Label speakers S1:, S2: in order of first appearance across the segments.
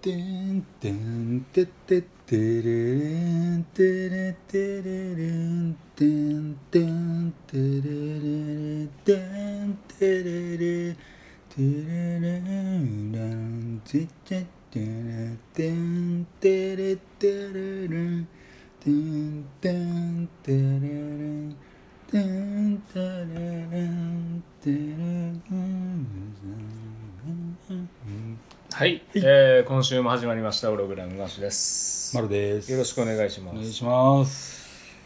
S1: てんてんてってってれれんてれてれれんてんてんてれれれてんてれれてれれんらんてってってれてんてれてれれんてんてんてれれんてんてれれんてれれん
S2: はい、えー今週も始まりましたオログラムなしです、
S1: まるです
S2: よろしくお願いしま
S1: お願い
S2: す
S1: します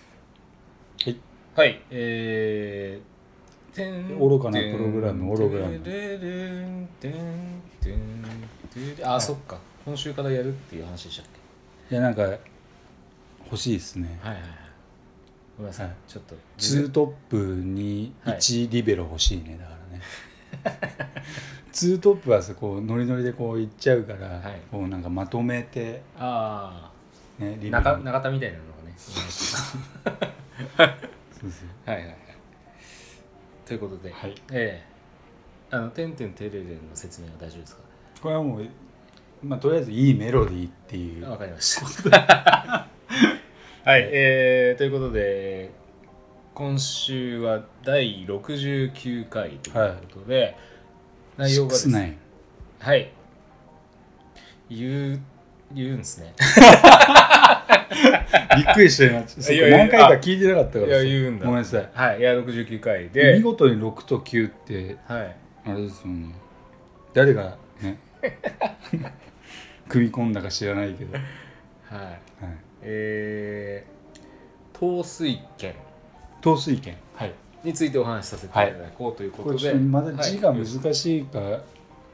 S1: はい
S2: はいえーてん
S1: 愚かなプログラム
S2: てん
S1: オログラム
S2: てれれんてんてんてれあ、そっか今週からやるっていう話でしたっ
S1: いやなんか欲しいですね
S2: けはいはいはいごめんなさい、
S1: はい
S2: ちょっと
S1: 2トップに
S2: はい
S1: 1リベロ欲しいねだからね 2トップはさこうノリノリでこういっちゃうから、
S2: はい
S1: こうなんかまとめて、
S2: あ
S1: ね、リベ
S2: あ
S1: ロ
S2: 中中田みたいなのがね
S1: そうそう
S2: はいはいはいということで、
S1: はい
S2: ええあの「てんてんてれれん」の説明は大丈夫ですか
S1: これはもう、まあ、とりあえずいいメロディーっていう
S2: わかりました。 はい、えーということで、今週は第69回ということで、内容がですね、
S1: 69
S2: はい、言う、言う んですね。
S1: びっくりしたよ今そっか
S2: いやいや
S1: 何回か聞いてなかったから
S2: い
S1: さ
S2: や、言うんだ。
S1: ごめんなさい。
S2: はい、いや、69回
S1: 見
S2: で、
S1: 事に6と9って
S2: はい、
S1: あれですよね誰がね組み込んだか知らないけど、は
S2: はい、
S1: い、
S2: えー、統帥権
S1: 統帥権はい
S2: についてお話しさせていただこうというこ
S1: ことれちょ
S2: で、
S1: っとまだ字が
S2: はい
S1: 難しいから、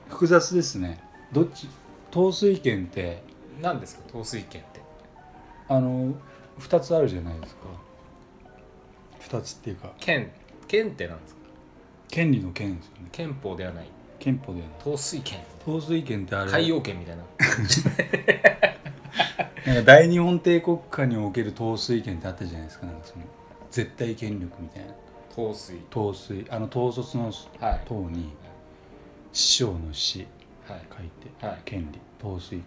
S1: 複雑ですねどっち統帥権って
S2: 何ですか、統帥権って。
S1: あの2つあるじゃないですか2つっていうか
S2: 権、権って何ですか
S1: 権利の権ですよね
S2: 憲法ではない。
S1: 憲法ではない
S2: 統帥権
S1: 統帥権ってあれ
S2: 海洋権みたいな
S1: なんか大日本帝国下における統帥権ってあったじゃないですかなんかその絶対権力みたいな
S2: 統帥
S1: 統帥あの統率の
S2: はい
S1: 党に師匠の師
S2: はい
S1: 書いて
S2: はい
S1: 権利統帥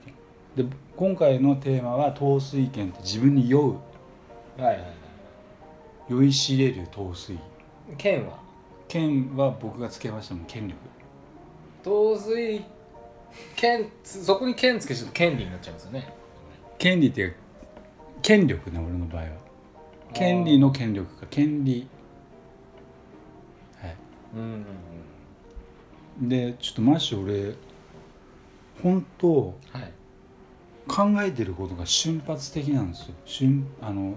S1: 権で今回のテーマは統帥権って自分に酔う
S2: はいはい
S1: 酔いしれる統帥
S2: 権は
S1: 権は僕がつけましたもん権力
S2: 統帥権つそこに権つけちゃうと権利になっちゃいますよね
S1: 権利っていうか権力ね俺の場合は権利の権力か権利はい
S2: うんうんうん
S1: でちょっとマッシュ俺本当
S2: はい
S1: 考えてることが瞬発的なんですよ瞬あの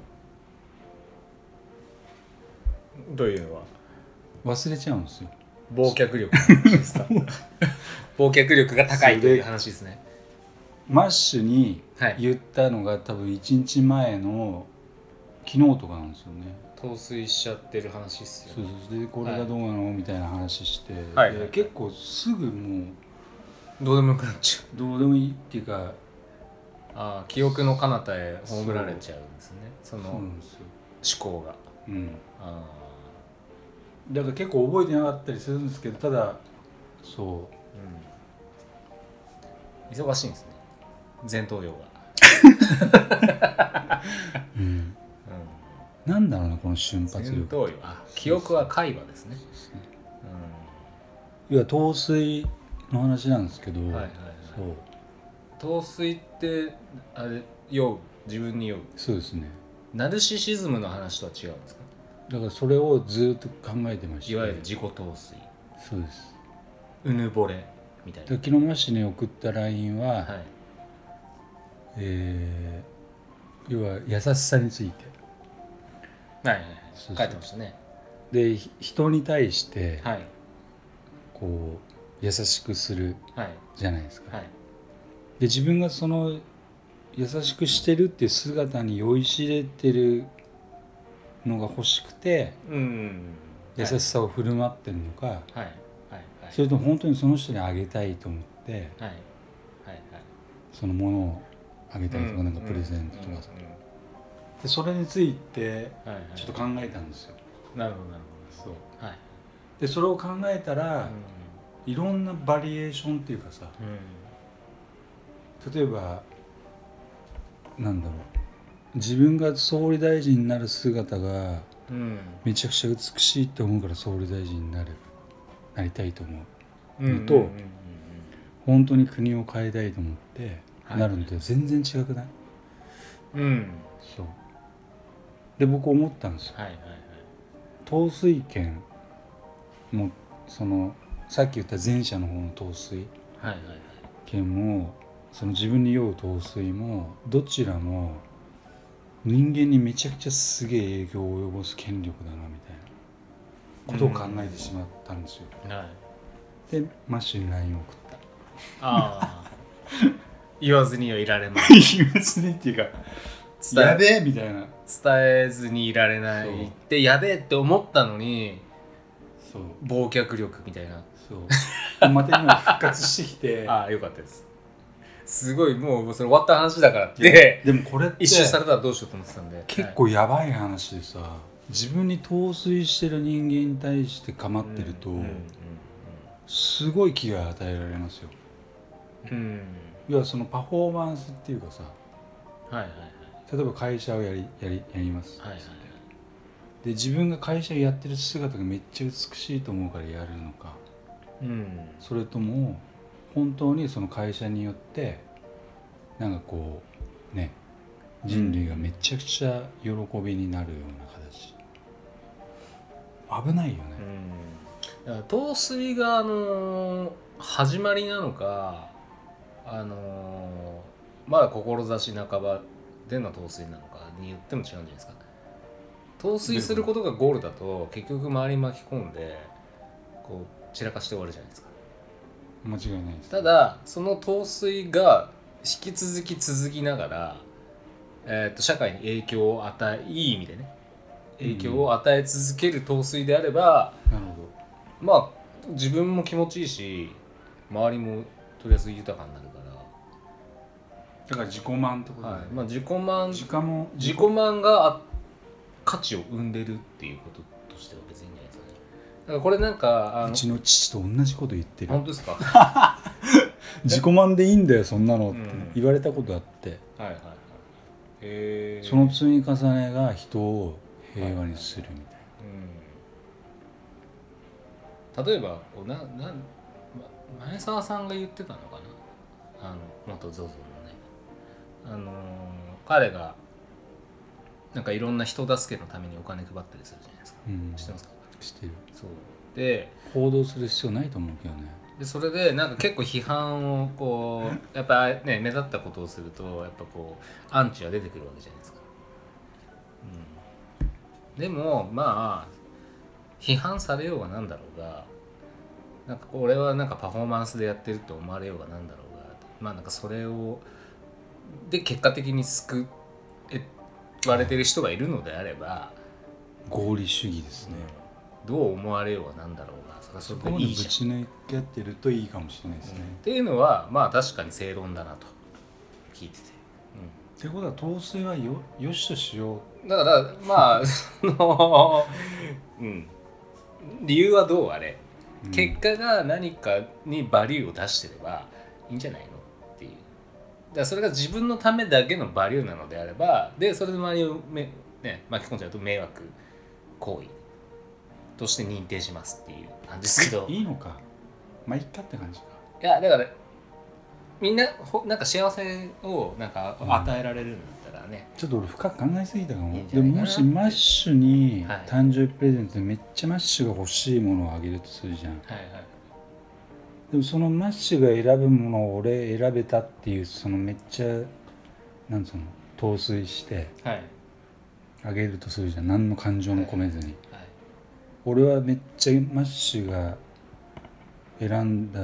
S2: どういうのは
S1: 忘れちゃうんですよ
S2: 忘却 力の話ですか忘却力が高いという話ですね
S1: マッシュに
S2: はい
S1: 言ったのが多分1日前の昨日とかなんですよね
S2: 統帥しちゃってる話っすよ
S1: そうそうでこれがどうなの、みたいな話して、
S2: はい
S1: で結構すぐもう
S2: どうでもよくなっちゃう
S1: どうでもいいっていうか
S2: ああ記憶の彼方へ葬られちゃうんですねその
S1: そう
S2: 思
S1: なんですよ、
S2: 考が
S1: うん、
S2: あ
S1: だから結構覚えてなかったりするんですけどただそ
S2: あうん忙しいんですね前頭葉が
S1: う、うん、
S2: うん
S1: なんだろうなこの瞬発
S2: 戦
S1: 力
S2: 闘力あ記憶は海馬ですね
S1: いや陶酔の話なんですけど、
S2: うんはいはい
S1: そ
S2: は
S1: う
S2: い陶酔ってあれ酔う自分に酔う
S1: そうですね
S2: ナルシシズムの話とは違うんですか
S1: だからそれをずっと考えてました
S2: いわゆる自己陶酔
S1: そうです
S2: うぬぼれみたい
S1: で昨日マッシュに送った LINE は、
S2: なはい
S1: えー要は優しさについて
S2: はいはいはい
S1: そうそう
S2: 書いてましたね
S1: でひ人に対して
S2: はい
S1: こう優しくする
S2: はい
S1: じゃないですか、
S2: はい
S1: で自分がその優しくしてるっていう姿に酔いしれてるのが欲しくて
S2: うん
S1: 優しさを振る舞ってるのか、
S2: はいはいはいはい
S1: それとも本当にその人にあげたいと思って
S2: はいはい
S1: そのものをあげた
S2: はい
S1: りとか、なんかプレゼントとか、
S2: うんうん
S1: でそれについて
S2: うんはいはい
S1: ちょっと考えたんですよ、
S2: なるほどなる
S1: そう
S2: ほどはい
S1: でそれを考えたら、
S2: う
S1: いろんなバリエーションっていうかさ
S2: んうん
S1: 例えばなんだろう自分が総理大臣になる姿が
S2: うん
S1: めちゃくちゃ美しいって思うから総理大臣になるなりたいと思う
S2: うん
S1: と
S2: うんうん
S1: 本当に国を変えたいと思って
S2: はい
S1: なるのと全然違くない、
S2: うんうん
S1: そうで僕思ったんですよ
S2: はいはいはい
S1: 統帥権もそのさっき言った前者の方の統帥
S2: はいはいはい
S1: 権もその自分に酔う統帥もどちらも人間にめちゃくちゃすげえ影響を及ぼす権力だなみたいなことを考えてしまったんですよ、
S2: はい
S1: でマッシュに LINE を送った
S2: ああ言わずにはいられない
S1: 言わずにっていうか
S2: 伝え
S1: やべえみたいな
S2: 伝えずにいられな
S1: そう
S2: いってやべえって思ったのに
S1: そう
S2: 忘却力みたいな
S1: そうまた今復活してきて
S2: ああよかったですすごいもうそれ終わった話だからっ
S1: いや
S2: て
S1: でもこれって
S2: 一周されたらどうしようと思ってたんで
S1: 結構やばい話でさ自分に陶酔してる人間に対して構
S2: は
S1: っ
S2: い
S1: てると、
S2: うんうんうん
S1: すごい危害与えられますよ
S2: うん
S1: 要はそのパフォーマンスっていうかさ
S2: はいはいはい
S1: 例えば会社をやりやりやります、
S2: はいはい
S1: で自分が会社をやってる姿がめっちゃ美しいと思うからやるのか
S2: うん
S1: それとも本当にその会社によってなんかこうね人類がめちゃくちゃ喜びになるような形危ないよね、
S2: だから糖水があのー始まりなのかあのーまだ志半ばでの糖水なのかによっても違うんじゃないですか糖水することがゴールだと結局周り巻き込んでこう散らかして終わるじゃないですか
S1: 間違いないです
S2: ただその糖水が引き続き続きながら、えー、と社会に影響を与えいい意味でね影響を与え続ける糖水であれば、
S1: なるほど
S2: まあ自分も気持ちいいし周りもとりあえず豊かになるか
S1: だから自己満ってこと
S2: ら、
S1: だよ
S2: は
S1: ね
S2: いまあ、自己満
S1: 時間も
S2: 自己満があ価値を生んでるっていうこととしては別にいいんじゃないですかねだからこれなんかあ
S1: う
S2: の
S1: ちの父と同じこと言ってる
S2: 本当ですかは
S1: 自己満でいいんだよそんなのって
S2: うん
S1: 言われたことあって、
S2: いはいはいへえ
S1: その積み重ねが人を平和にするみたい
S2: うん例えばこうなな、ま、前澤さんが言ってたのかなあの元 ZOZO のね、あのー彼がなんかいろんな人助けのためにお金配ったりするじゃないですか
S1: な、うん、
S2: 知ってますか
S1: してる
S2: そうで
S1: 行動する必要ないと思うけどね
S2: でそれでなんか結構批判をこうやっぱね目立ったことをするとやっぱこうアンチが出てくるわけじゃないですか、うん、でもまあ批判されようがなんだろうがなんかこう俺はなんかパフォーマンスでやってると思われようがなんだろうがまあなんかそれをで結果的に救われてる人がいるのであれば、
S1: 合理主義ですね、
S2: どう思われようがなんだろうがそれはそ
S1: そ
S2: れ
S1: こ
S2: で
S1: まで
S2: い
S1: ぶ
S2: いじゃん
S1: ち抜き合ってるといいかもしれないですね、
S2: っていうのはまあ確かに正論だなと聞いてて、
S1: ってことは統帥はよよしとしよう
S2: うん、だから まあその、うん、理由はどうあれ、
S1: うん
S2: 結果が何かにバリューを出してればいいんじゃないのっていうだからそれが自分のためだけのバリューなのであればでそれで周りをめ、ね、巻き込んじゃうと迷惑行為として認定しますっていう感じですけど
S1: いいのかまあいっかって感じか
S2: いやだからみんなほなんか幸せをなんか与えられるんだったらね、
S1: ちょっと俺深く考えすぎたかも
S2: いいんじ
S1: で
S2: ゃないかな
S1: ももしマッシュに
S2: はい
S1: 誕生日プレゼントでめっちゃマッシュが欲しいものをあげるとするじゃん
S2: はいはい
S1: でもそのマッシュが選ぶものを俺選べたっていうそのめっちゃなんつうの陶酔して
S2: はい
S1: あげるとするじゃん何の感情も込めずに、
S2: はい
S1: 俺はめっちゃマッシュが選んだ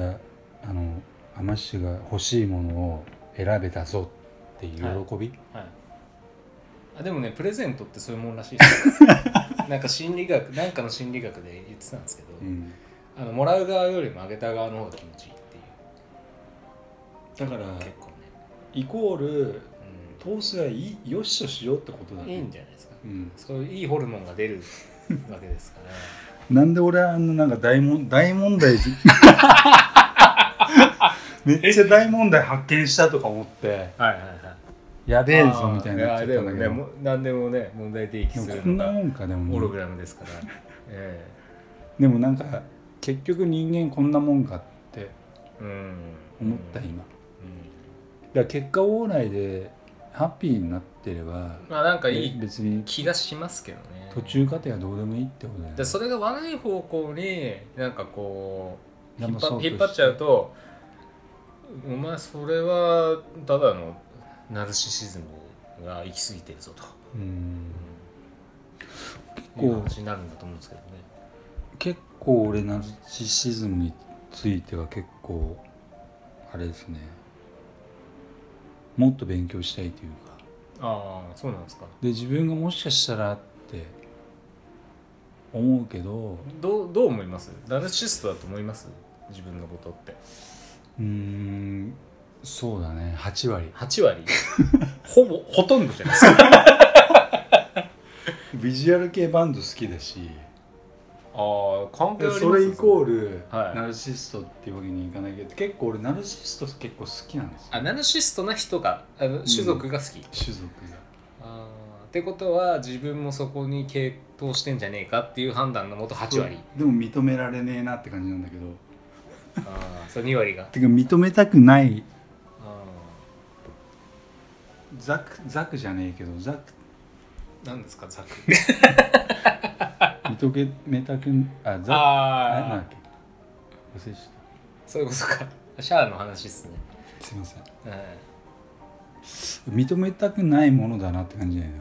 S1: あのあマッシュが欲しいものを選べたぞっていう喜び、
S2: はいあでもねプレゼントってそういうもんらしいです よなんか心理学なんかの心理学で言ってたんですけど、
S1: うん
S2: あのもらう側よりもあげた側の方が気持ちいいっていう
S1: だから
S2: 結構ね、
S1: イコール通すがいいよしとしようってことだ
S2: うん、いいんじゃないですか
S1: うん、
S2: そういういいホルモンが出るわけですから
S1: なんで俺はあのなんか大問大問題めっちゃ大問題発見したとか思って
S2: はいはいはい
S1: やべえぞみたいにな
S2: あ
S1: っ
S2: ー
S1: ち
S2: い
S1: ゃ
S2: や
S1: ったんだけど
S2: でもねも何でもね問題提起す
S1: でも
S2: る
S1: こん
S2: の
S1: な
S2: が
S1: もんかで
S2: ホ
S1: も
S2: ログラムです から、え
S1: でもなんか結局人間こんなもんかって
S2: えうん
S1: 思った今だか
S2: うん
S1: ら結果往来でハッピーになってれば
S2: まあなんかい
S1: え
S2: い
S1: 別に
S2: 気がしますけどね
S1: 途中過程はどうでもいいってことだよね
S2: でそれが悪い方向になんかこう
S1: で
S2: 引
S1: も
S2: っ張
S1: そう
S2: 引っ張っちゃうとお前それはただのナルシシズムが行き過ぎてるぞと、
S1: うん
S2: 結
S1: 構
S2: いう話になるんだと思うんですけどね
S1: 結構俺ナルシシズムについては結構あれですねもっと勉強したいというか
S2: ああそうなんですか
S1: で自分がもしかしたらって思うけど
S2: どうどう思いますナルシストだと思います自分のことって
S1: うーんそうだね8割
S2: 8割 ほぼほとんどじゃないですか
S1: ビジュアル系バンド好きだし
S2: ああ関係あります
S1: それイコール
S2: はい
S1: ナルシストっていうわけにいかないけど、結構俺ナルシスト結構好きなんですよ
S2: あナルシストな人があの種族が好き、
S1: 種族が
S2: あーってことは自分もそこに傾倒してんじゃねえかっていう判断のもと8割
S1: でも認められねえなって感じなんだけど
S2: あーそう2割が
S1: てか認めたくない
S2: あ
S1: ザクザクじゃねえけどザク
S2: ーなんですかざっく
S1: 認めたくあザクあれなん
S2: あ
S1: だっけ忘れちゃっ
S2: そういうことかシャアの話っすね、
S1: たすいません
S2: うんは
S1: 認めたくないものだなって感じだよ ね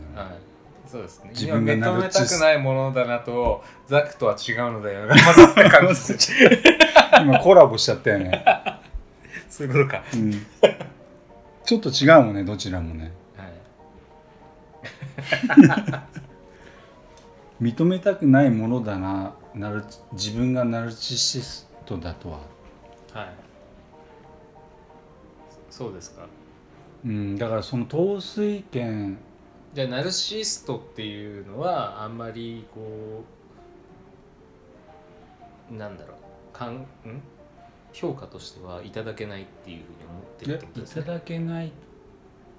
S2: い、そうですね
S1: 自分が
S2: 今
S1: ナ
S2: 認
S1: ル
S2: め
S1: シ
S2: た
S1: ス
S2: くないものだなとザクとは違うのだ よな混ざった感じ
S1: 今コラボしちゃったよ ね、
S2: そういうことか、
S1: うん、ちょっと違うもんねどちらもね
S2: はい、
S1: 認めたくないものだななる自分がナルチシストだとは
S2: はい。そうですか。
S1: うんだからその統帥権
S2: じゃあナルシストっていうのはあんまりこうなんだろうかんん評価としてはいただけないっていうふうに思ってるってこと
S1: い
S2: です
S1: た
S2: ね。
S1: だけないっ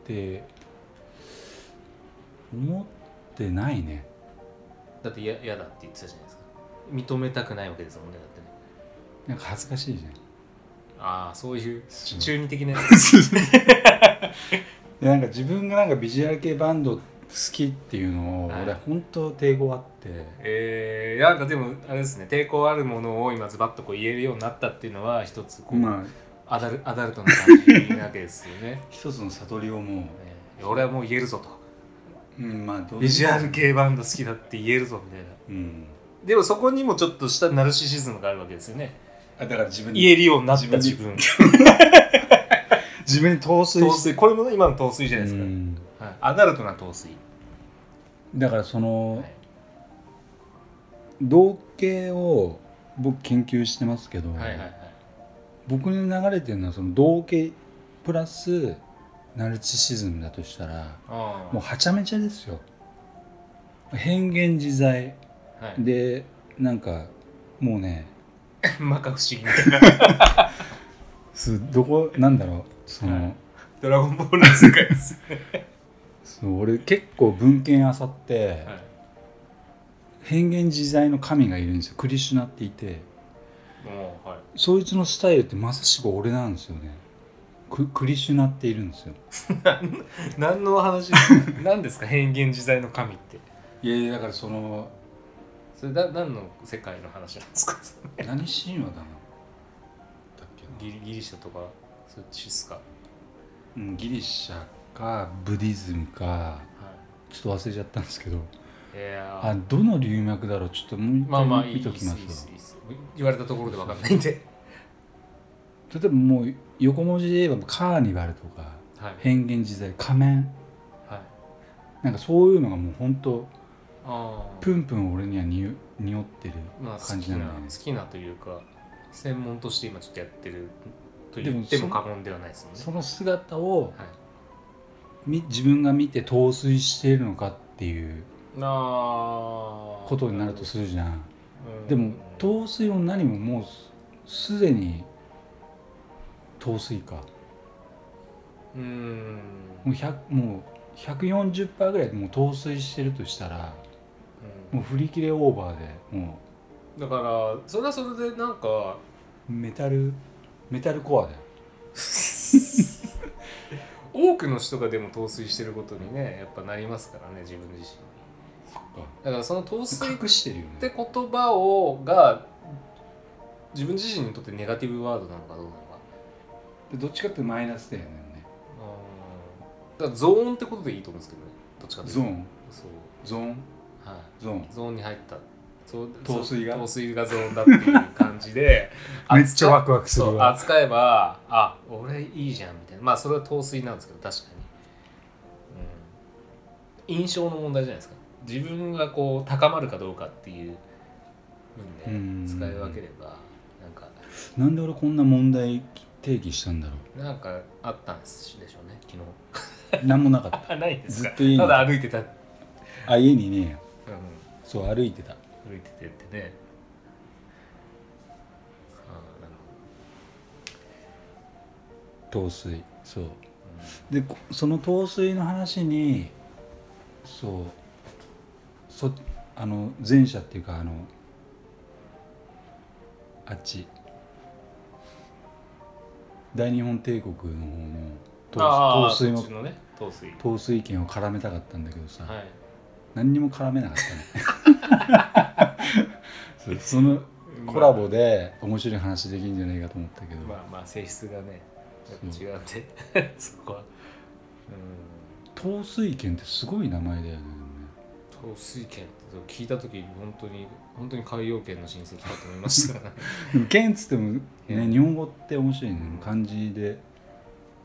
S1: て思ってないね
S2: だってや嫌だって言ってたじゃないですか。認めたくないわけですもんねだってね。
S1: なんか恥ずかしいじゃん
S2: ああそういう
S1: そう
S2: 中二的なや つ。
S1: でなんか自分がなんかビジュアル系バンド好きっていうのを
S2: はい
S1: 俺本当抵抗あって、
S2: えー、なんかでもあれですね抵抗あるものを今ズバッとこう言えるようになったっていうのは一つこう、
S1: まあ
S2: アダルアダルトな感じなわけですよ ね。
S1: 一つの悟りをも
S2: えー俺はもう言えるぞと
S1: う、うん、まあどう
S2: ビジュアル、系バンド好きだって言えるぞみたいな
S1: うん、
S2: でもそこにもちょっとしたナルシシズムがあるわけですよね
S1: あだから自分
S2: 言えるようになった自
S1: 自
S2: 分
S1: 自分に陶酔
S2: 陶酔これも今の陶酔じゃないですか、
S1: うん
S2: はい、アダルトな陶酔、
S1: だからその、
S2: はい
S1: 同系を僕研究してますけど、
S2: はいはいはい
S1: 僕に流れてるのはその同系プラスナルチシズムだとしたら
S2: ああ
S1: もうはちゃめちゃですよ変幻自在
S2: はい
S1: でなんかもうね
S2: 摩訶不思議みたいな
S1: すどこなんだろうその、
S2: はいドラゴンボールの世界です、
S1: そう俺結構文献あさって、
S2: はい、
S1: 変幻自在の神がいるんですよクリシュナっていて
S2: もうはい
S1: そいつのスタイルってまさしく俺なんですよねククリシュナっているんですよ
S2: 何のお話ですか何ですか変幻自在の神って
S1: いやいやだからその
S2: それだ何の世界の話なんですか
S1: 何神話だなだっけ
S2: ギリギリシャとかそっちっすか、は
S1: な、うん、ギリシャかブディズムか
S2: い
S1: ちょっと忘れちゃったんですけど
S2: いやー
S1: あどの流脈だろうちょっともう一
S2: まあまあ
S1: 回
S2: いい
S1: 見
S2: で
S1: と
S2: す
S1: き
S2: いい
S1: ま
S2: っ
S1: す
S2: す
S1: よ
S2: いいっす言われたところでわかんないんで、
S1: 例えばもう横文字で言えばカーニバルとか
S2: はい
S1: 変幻自在仮面
S2: はい、
S1: なんかそういうのがもう本当
S2: あ
S1: プンプン俺にはにお匂ってる
S2: まあ好
S1: 感
S2: き
S1: じな
S2: なん
S1: だよね
S2: 好きなというか専門として今ちょっとやってると
S1: でも
S2: 言って
S1: そ
S2: も
S1: の
S2: 過言ではないですもんね
S1: その姿を
S2: はい
S1: み自分が見て陶酔しているのかっていう
S2: あー
S1: ことになるとするじゃん
S2: うん
S1: でも陶酔も何ももうすすでに糖水か
S2: うーん
S1: もう100もう140%ぐらいもう糖水してるとしたら
S2: う
S1: もう振り切れオーバーでも
S2: んだからそれはそれでな んか
S1: うメタルメタルコアだよ
S2: 多くの人がでも陶酔してることにねやっぱなりますからね自分自身
S1: そっ
S2: だからその陶酔っ
S1: か隠してるよ
S2: て
S1: ね
S2: 言葉をが自分自身にとってネガティブワードなのかどうなのか
S1: でどっちかっていうとマイナスだよね
S2: だからゾーンってことでいいと思うんですけどねどっちかというと
S1: ゾーン
S2: そう
S1: ゾーン
S2: はい
S1: ゾーン
S2: ゾーンに入ったそう
S1: 糖水が
S2: そう糖水がゾーンだっていう感じで
S1: めっちゃワクワクす
S2: そ
S1: る
S2: う
S1: わ
S2: 扱えばあ俺いいじゃんみたいなまあそれは糖水なんですけど確かに、うん、印象の問題じゃないですか自分がこう高まるかどうかっていう
S1: う
S2: 分
S1: ん
S2: で使い分ければなんか
S1: なんで俺こんな問題提起したんだろ
S2: なんかあったんでしょうね昨日
S1: うなんもなかった
S2: あないんですか
S1: ずっと家に
S2: ただ歩いてた、うん、
S1: あ家にねそう歩いてた
S2: 歩いててってねあーなる
S1: 糖水そう
S2: ほどうん
S1: でこその糖水の話にそうそあの前者っていうかあのあっち大日本帝国の方
S2: あ
S1: の
S2: あ
S1: 糖水
S2: そ
S1: の
S2: っちのね糖水
S1: 糖水券を絡めたかったんだけどさ、
S2: はい
S1: 何にも絡めなかった ねそうそのコラボで面白い話できるんじゃないかと思ったけど、
S2: まあまあ性質がねやっぱ違うんで そこはうん
S1: 糖水券ってすごい名前だよね
S2: 糖水圏って聞いた時本当に本当に海洋圏の親戚かと思いました から
S1: でも剣っつっても
S2: う
S1: ね
S2: ん
S1: 日本語って面白いね漢字で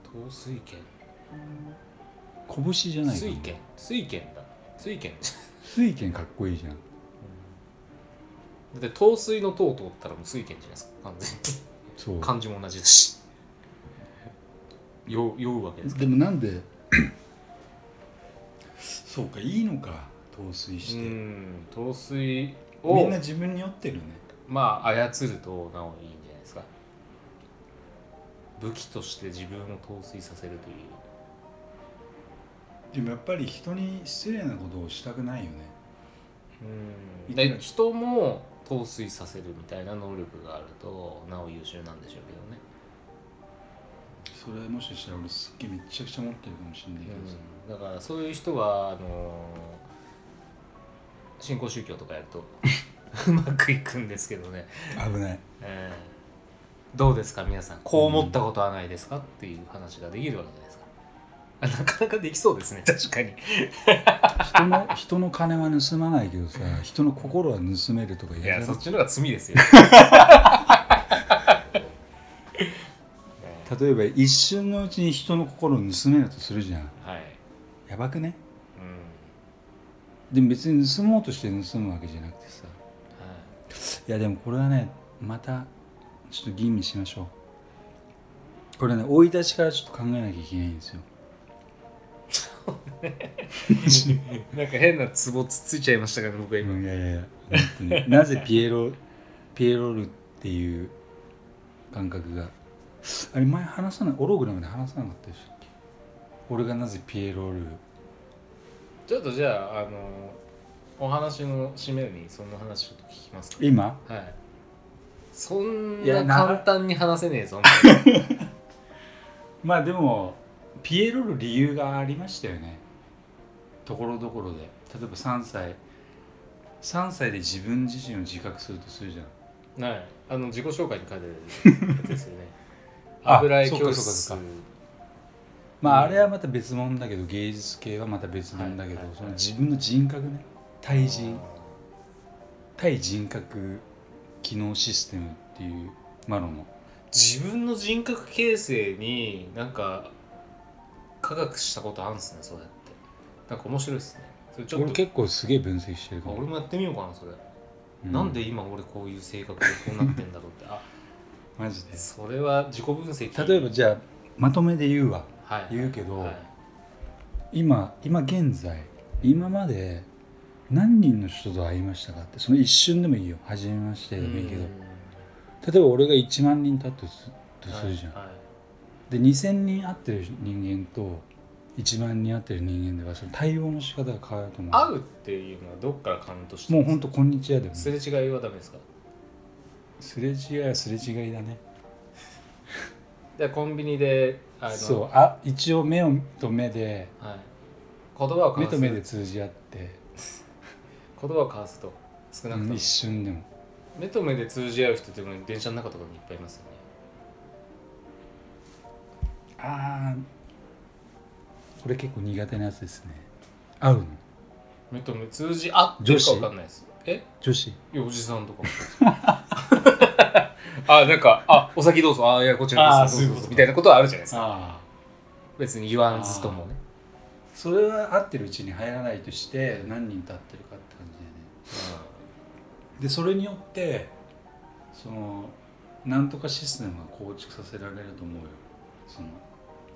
S2: 糖水圏
S1: 拳じゃないかな
S2: 水圏水圏だ水圏
S1: 水剣かっこいいじゃん
S2: だって糖水の糖通ったらもう水圏じゃないですか完全に
S1: そう
S2: 漢字も同じだし酔う酔うわけですか
S1: でもなんでそうかいいのか糖水
S2: ら
S1: して
S2: う、ん糖水
S1: み
S2: を
S1: んな自分に酔ってるね
S2: まあ操るとなおいいんじゃないですか武器として自分を陶酔させるという
S1: でもやっぱり人に失礼なことをしたくないよね
S2: うんで人も陶酔させるみたいな能力があるとなお優秀なんでしょうけど
S1: そ
S2: ね、
S1: れもしかしたら俺すっげえめっちゃくちゃ持ってるかもしれないけどさ、
S2: だからそういう人はあの新興宗教とかやると うまくいくんですけどね、
S1: 危ない
S2: えーどうですか皆さんこう思ったことはないですかっていう話ができるわけじゃないですかあなかなかできそうですね確かに
S1: 人の人の金は盗まないけどさ人の心は盗めるとか
S2: い
S1: 嫌
S2: や
S1: だ
S2: そ
S1: ろ
S2: っちの方が罪 ですよ。
S1: 例えば一瞬のうちに人の心を盗めるとするじゃん
S2: はい。
S1: やばくね
S2: うん。
S1: でも別に盗もうとして盗むわけじゃなくてさいやでもこれはねまたちょっと吟味しましょうこれね生い立ちからちょっと考えなきゃいけないんです よ
S2: はい。なんか変なツボつついちゃいましたから僕は今。
S1: いやいやいや本当に なぜピエロピエロールっていう感覚があれ前話さないオログラムで話さなかったでしたっけ俺がなぜピエロール
S2: ちょっとじゃああのお話の締めにそんな話ちょっと聞きますか。
S1: 今
S2: はい。そん
S1: いや
S2: な
S1: な
S2: 簡単に話せねえぞ。
S1: まあでもピエロの理由がありましたよねところどころで例えば3歳3歳で自分自身を自覚するとするじゃん
S2: はい。あの自己紹介に書いてあるやつです よね。
S1: あ
S2: 油絵
S1: そう
S2: 教
S1: かそ
S2: 室
S1: うかそう。まああ
S2: うん
S1: れはまた別物だけど芸術系はまた別物だけど、
S2: はいはいはい
S1: その自分の人格ね対人対人格機能システムっていうマロの
S2: 自分の人格形成になんか科学したことあるんですねそうやってなんか面白いですねそれちょっ
S1: 俺
S2: と
S1: 結構すげえ分析してる
S2: あ
S1: か
S2: 俺
S1: も、
S2: もやってみようかなそれ、
S1: う
S2: なんで今俺こういう性格でこうなってんだろう ってあ
S1: マジで
S2: それは自己分析
S1: 例えばじゃあまとめで言うわ
S2: ば、はい、
S1: 言うけど、
S2: はい
S1: 今今現在今まで何人の人と会いましたかってその一瞬でもいいよ初めましてでもいいけど
S2: うん
S1: 例えば俺が1万人だとすと
S2: はい
S1: するじゃん、
S2: はい
S1: で2,000人会ってる人間と1万人会ってる人間ではその対応の仕方が変わると思う
S2: 会うっていうのはどっからカウントして
S1: もう
S2: ほ
S1: ほんとこんにちはでも
S2: すれ違いはダメですか
S1: すれ違いはすれ違いだね
S2: でコンビニであの
S1: そうあ一応目をと目で
S2: はい、言葉
S1: 目
S2: を交わす
S1: と目で通じ合って、
S2: 言葉を交わすと少なくと
S1: う
S2: も
S1: ん一瞬でも
S2: 目と目で通じ合う人っていうのは電車の中とかにいっぱいいますよね
S1: ああこれ結構苦手なやつですね会うの
S2: 目と目通じ合ってるか分かんないですえ
S1: 女子
S2: いやおじさんとかも そうですあなんかあお先どうぞあいやこち
S1: あー
S2: らですど
S1: そういう
S2: うぞ
S1: ことか
S2: みたいなことはあるじゃないですか
S1: ああ
S2: 別に言わんずともね
S1: それは会ってるうちに入らないとして何人と会ってるかって感じだよねでそれによってそのなんとかシステムが構築させられると思うよその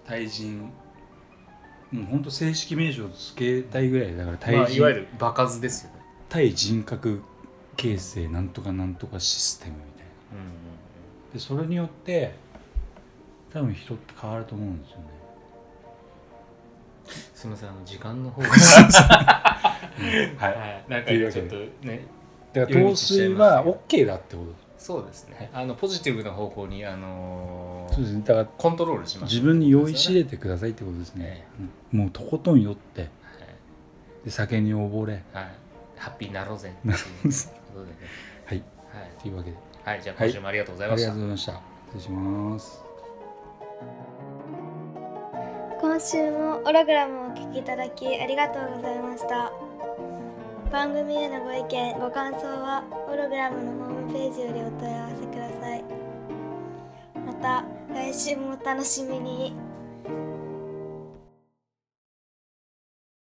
S1: 対人もうほんと正式名称つけたいぐらいだから
S2: うん
S1: 対人、
S2: まあ、いわゆる場数ですよね、
S1: 対人格形成なんとかなんとかシステムみたいなでそれによって多分人って変わると思うんですよね
S2: すみませんあの時間 の方が、
S1: は
S2: はい、なんか
S1: というわけ
S2: ちょっ
S1: で
S2: とね
S1: だから糖水は OK だってこと
S2: そうですねあのポジティブな方向にあのー
S1: そうですねだから
S2: コントロールしまし
S1: 自
S2: ょう
S1: 分に酔いしれてくださいってことですね、うんもうとことん酔ってで酒に溺れ
S2: はい、はい、ハッピーなろうぜっていうことでね
S1: はい
S2: はい
S1: というわけで
S2: はい、じゃあ今週もありがとうござい
S1: あ
S2: ま
S1: り
S2: し
S1: が
S2: た
S1: とう。ございました失礼します
S3: 今週もオログラムをお聞きいただきありがとうございました番組へのご意見ご感想はオログラムのホームページよりお問い合わせくださいまた来週もお楽しみに